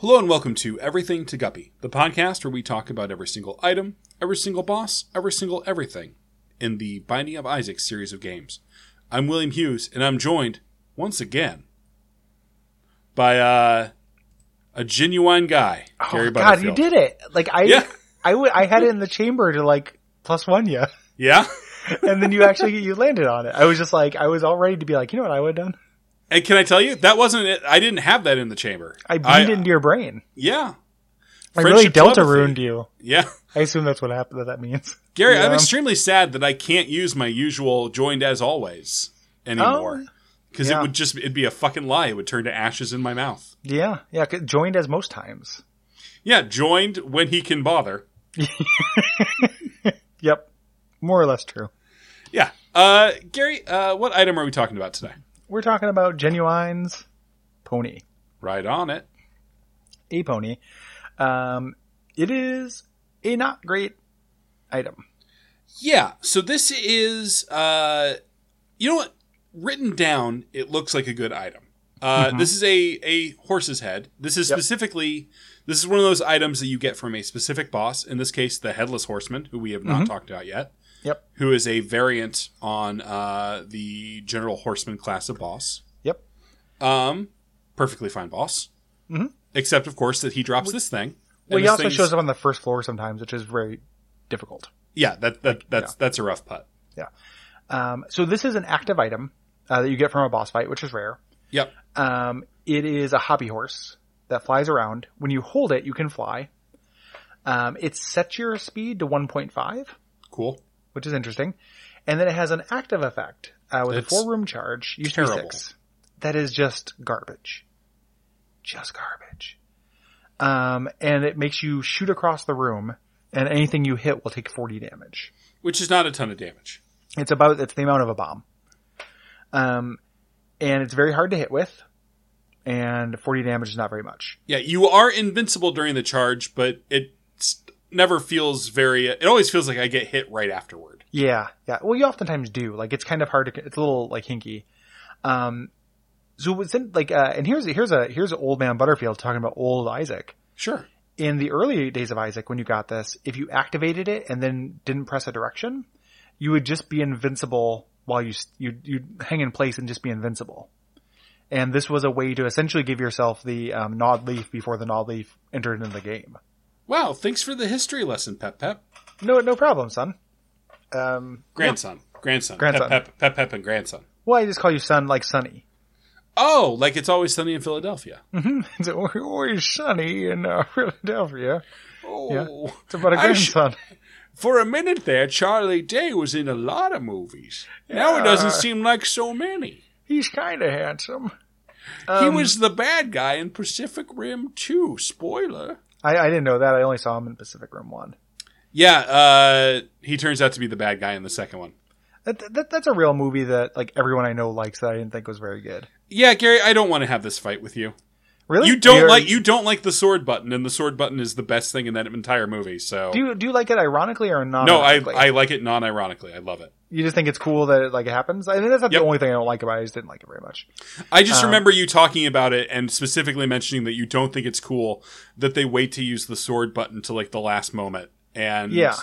Hello and welcome to Everything to Guppy, the podcast where we talk about every single item, every single boss, every single everything in the Binding of Isaac series of games. I'm William Hughes, and I'm joined once again by uh, a genuine guy, Gary oh, God, you Butterfield. did it! Like I, Yeah. I would, I had it in the chamber to like plus one you, Yeah, and then you actually you landed on it. I was just like, I was all ready to be like, you know what I would have done? and can I tell you that wasn't it? I didn't have that in the chamber. I beat into your brain. Yeah, I really Friendship delta telepathy. ruined you. yeah. I assume that's what happened. That that means. Gary, I'm Yeah. extremely sad that I can't use my usual joined as always anymore. Oh, Because it yeah. would just, it'd be a fucking lie. It would turn to ashes in my mouth. Yeah, yeah. 'cause Joined as most times. Yeah, joined when he can bother. Yep, more or less true. Yeah. Uh, Gary, uh, what item are we talking about today? We're talking about genuines, pony, Right on it. a pony. Um, it is a not great item. Yeah. So this is, uh, you know what? Written down, it looks like a good item. Uh, This is a a horse's head. This is Mm-hmm. Yep. specifically this is one of those items that you get from a specific boss. In this case, the headless horseman, who we have not talked about yet, Mm-hmm. Yep, who is a variant on uh, the general horseman class of boss. yep. Um, perfectly fine boss. Mhm. Except, of course, that he drops this thing. Well, and he this also thing's- shows up on the first floor sometimes, which is very difficult. Yeah, that, that that's that's a rough putt. Um, so this is an active item uh, that you get from a boss fight, which is rare. Yep. Um, it is a hobby horse that flies around. When you hold it, you can fly. Um, it sets your speed to 1.5, Cool. which is interesting. And then it has an active effect uh, with That's a four room charge. Used to be terrible. six. That is just garbage. Just garbage. Um, and it makes you shoot across the room, and anything you hit will take 40 damage. Which is not a ton of damage. It's about it's the amount of a bomb. Um, and it's very hard to hit with, and forty damage is not very much. Yeah, you are invincible during the charge, but it never feels very. It always feels like I get hit right afterward. Yeah, yeah. Well, you oftentimes do. Like it's kind of hard to. It's a little like hinky. Um, so it's in, like, uh, and here's here's a here's old man Butterfield talking about old Isaac. Sure. In the early days of Isaac, when you got this, if you activated it and then didn't press a direction, you would just be invincible while you you you hang in place and just be invincible. And this was a way to essentially give yourself the um, nod leaf before the nod leaf entered into the game. Wow. Thanks for the history lesson, Pep Pep. No, no problem, son. Um, Grandson. Grandson. Grandson. Pep, Pep Pep Pep and grandson. well, I just call you son, like Sonny. Mm-hmm. Oh, like it's always sunny in Philadelphia. It's "Oh, always sunny in uh, Philadelphia. Oh, It's about a I sh- grandson. for a minute there, Charlie Day was in a lot of movies. Now it doesn't seem like so many. He's kind of handsome. Um, he was the bad guy in Pacific Rim 2. Spoiler. I, I didn't know that. I only saw him in Pacific Rim One. Yeah, uh, he turns out to be the bad guy in the second one. That, that, that's a real movie that like everyone I know likes that I didn't think was very good. Yeah, Gary, I don't want to have this fight with you. Really? You don't You're- like you don't like the sword button, and the sword button is the best thing in that entire movie. So Do you, do you like it ironically or not? no, I ironically? I like it non-ironically. I love it. you just think it's cool that it like happens. I mean, that's not Yep. the only thing I don't like about it. I just didn't like it very much. I just Um, remember you talking about it and specifically mentioning that you don't think it's cool that they wait to use the sword button to like the last moment. And Yeah.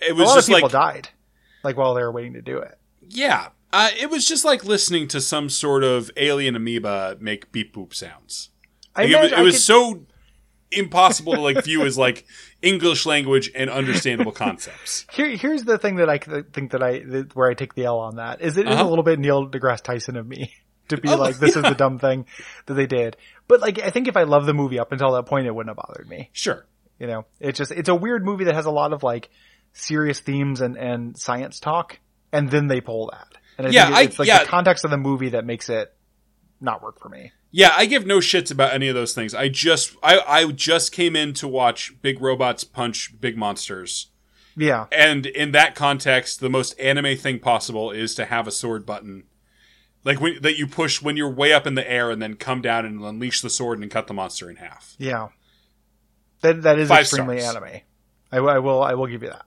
it A was lot of just people like died, like while they were waiting to do it. yeah, uh, it was just like listening to some sort of alien amoeba make beep boop sounds. I Like, it was, imagine it I was could- so impossible to like view as like English language and understandable concepts. Here, here's the thing that I th- think that I that, where I take the L on that is it is Uh-huh. a little bit Neil deGrasse Tyson of me to be Oh, like this is the dumb thing that they did. But like I think if I loved the movie up until that point, it wouldn't have bothered me. Sure. You know, it's just it's a weird movie that has a lot of like serious themes and and science talk, and then they pull that. And I Yeah, think I- it- it's like yeah. the context of the movie that makes it not work for me. Yeah, I give no shits about any of those things. I just I I just came in to watch big robots punch big monsters. Yeah, And in that context, the most anime thing possible is to have a sword button. Like when, that you push when you're way up in the air and then come down and unleash the sword and cut the monster in half. yeah. That that is Five extremely stars. anime. I, w- I will I will give you that.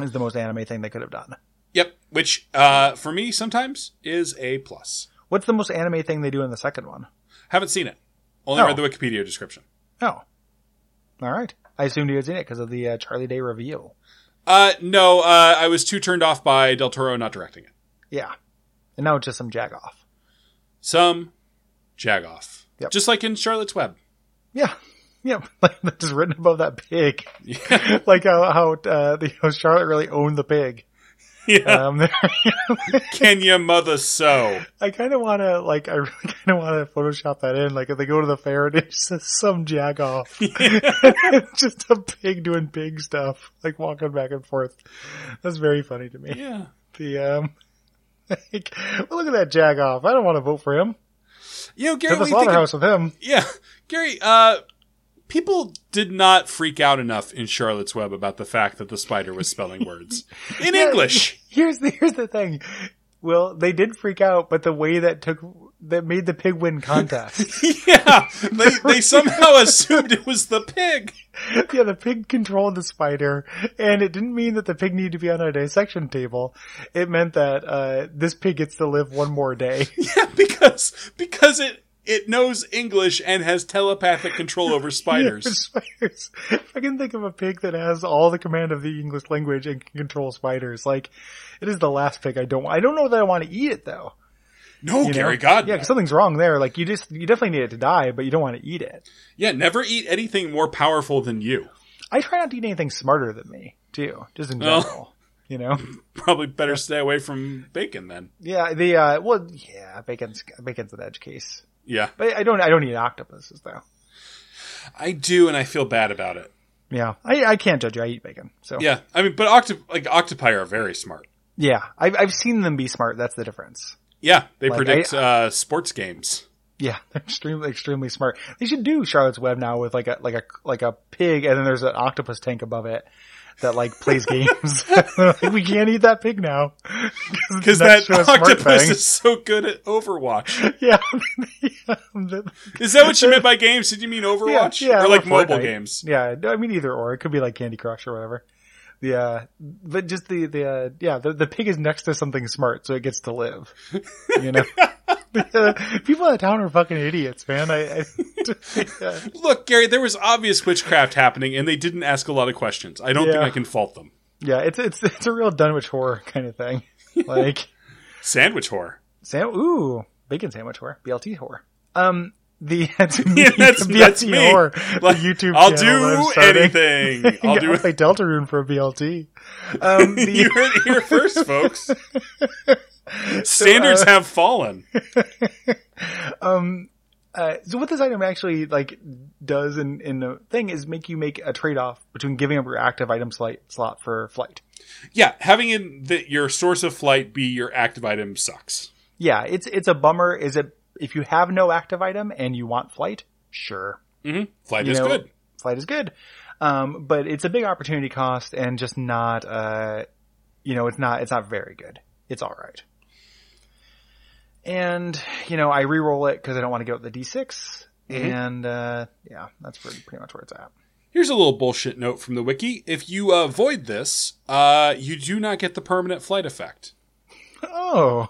It's the most anime thing they could have done. Yep, which uh, for me sometimes is a plus. What's the most anime thing they do in the second one? Haven't seen it. Only Oh. read the Wikipedia description. Oh, all right. I assumed he was in it because of the uh, Charlie Day reveal. Uh, no, uh, I was too turned off by Del Toro not directing it. Yeah, and now it's just some jagoff. Some jagoff, Yep. just like in Charlotte's Web. Yeah, yeah, like that's just written above that pig, Yeah, like how how, uh, the, how Charlotte really owned the pig. yeah. Um, there- Can your mother sew? I kind of want to like I really kind of want to Photoshop that in. Like if they go to the fair and it's just some jagoff, just a pig doing pig stuff, like walking back and forth. That's very funny to me. Yeah. The um, like, well, look at that jagoff. I don't want to vote for him. You know, Gary, To the what do you think of- slaughterhouse with him. yeah, Gary, uh, people did not freak out enough in Charlotte's Web about the fact that the spider was spelling words in Yeah. English. Here's the here's the thing. Well, they did freak out, but the way that took that made the pig win contest. Yeah, they, they somehow assumed it was the pig. yeah, the pig controlled the spider, and it didn't mean that the pig needed to be on a dissection table. It meant that uh, this pig gets to live one more day. Yeah, because because it it knows English and has telepathic control over spiders. spiders. If I can think of a pig that has all the command of the English language and can control spiders, like it is the last pig I don't. I don't know that I want to eat it though. No, you know? Gary, God, Yeah, yeah, because something's wrong there. Like you just you definitely need it to die, but you don't want to eat it. yeah, never eat anything more powerful than you. I try not to eat anything smarter than me, too, just in Oh. general. You know? Probably better stay away from bacon then. Yeah, the uh well yeah, bacon's bacon's an edge case. Yeah, But I don't I don't eat octopuses though. I do, and I feel bad about it. Yeah. I, I can't judge you, I eat bacon. So Yeah, I mean, but octop- like octopi are very smart. yeah. I've I've seen them be smart, that's the difference. Yeah, they Like, predict uh, sports games. Yeah, they're extremely extremely smart. They should do Charlotte's Web now with like a like a like a pig and then there's an octopus tank above it that like plays games. Like, we can't eat that pig now. Because that octopus is so good at Overwatch. yeah. Is that what you meant by games? Did you mean Overwatch? or like mobile Fortnite. games? Yeah, I mean either or. It could be like Candy Crush or whatever. The uh, but just the the uh, yeah the the pig is next to something smart, so it gets to live. You know, people in town are fucking idiots, man. I, I yeah. Look, Gary, there was obvious witchcraft happening, and they didn't ask a lot of questions. I don't Yeah. think I can fault them. yeah, it's it's it's a real Dunwich horror kind of thing. Like Sandwich whore. Sam, ooh, bacon sandwich horror, BLT horror. Um, the that's Yeah, that's, BLT that's me. horror. Like, the YouTube. I'll channel I'm do starting. anything. I'll do I'll play Delta Rune for a BLT. Um, the, You heard it here first, folks. uh, Standards have fallen. um uh, so what this item actually like does in in a thing is make you make a trade off between giving up your active item slot slot for flight. Yeah, having in the, your source of flight be your active item sucks. Yeah, it's it's a bummer. Is it if you have no active item and you want flight? Sure, Mm-hmm. Flight You is know- good. flight is good, um, but it's a big opportunity cost and just not uh, you know, it's not it's not very good. It's all right. And you know, I re-roll it because I don't want to give up the d6, Mhm. and uh, yeah, that's pretty, pretty much where it's at. Here's a little bullshit note from the wiki. If you uh, avoid this, uh, you do not get the permanent flight effect, Oh,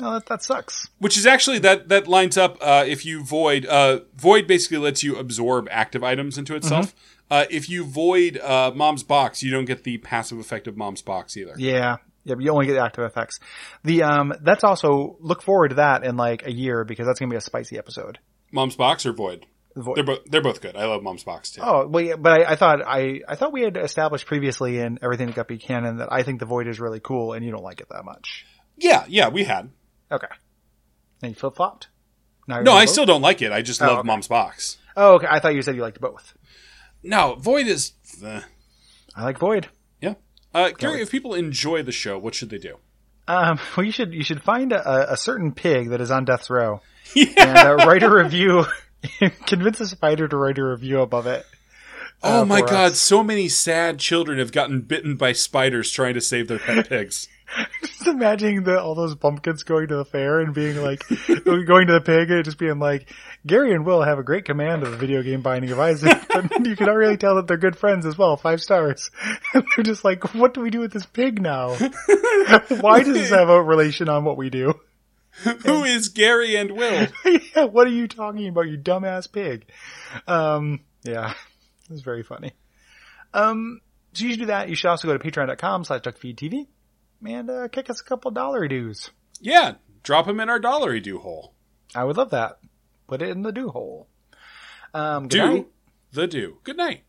no, that, that sucks. which is actually that that lines up. Uh, if you void, uh, void basically lets you absorb active items into itself. Mm-hmm. Uh, if you void uh, mom's box, you don't get the passive effect of mom's box either. Yeah, yeah, but you only get the active effects. The um, that's also look forward to that in like a year because that's gonna be a spicy episode. Mom's box or void? The Void. They're both they're both good. I love mom's box too. Oh well, yeah, but I, I thought I I thought we had established previously in everything that got be canon that I think the void is really cool and you don't like it that much. Yeah, yeah, we had. Okay, and you flip flopped. No, I still don't like it. I just Oh, love okay. mom's box. Oh, okay. I thought you said you liked both. No, void is. eh. I like void. Yeah. Uh, Gary, if people enjoy the show, what should they do? Um, well, you should you should find a, a certain pig that is on death's row and uh, write a review. convince a spider to write a review above it. Oh uh, my for god, us. so so many sad children have gotten bitten by spiders trying to save their pet pigs. Just imagining the, all those bumpkins going to the fair and being like, going to the pig and just being like, Gary and Will have a great command of the video game Binding of Isaac, but you can already tell that they're good friends as well, five stars. And they're just like, what do we do with this pig now? Why does this have a relation on what we do? Who is Gary and Will? yeah, what are you talking about, you dumbass pig? Um, yeah, it was very funny. Um, so you should do that. You should also go to patreon.com slash duckfeedtv and uh, kick us a couple dollar dues. Yeah, drop him in our dollary do hole. I would love that. Put it in the do hole. Um, good Do night. the do. Good night.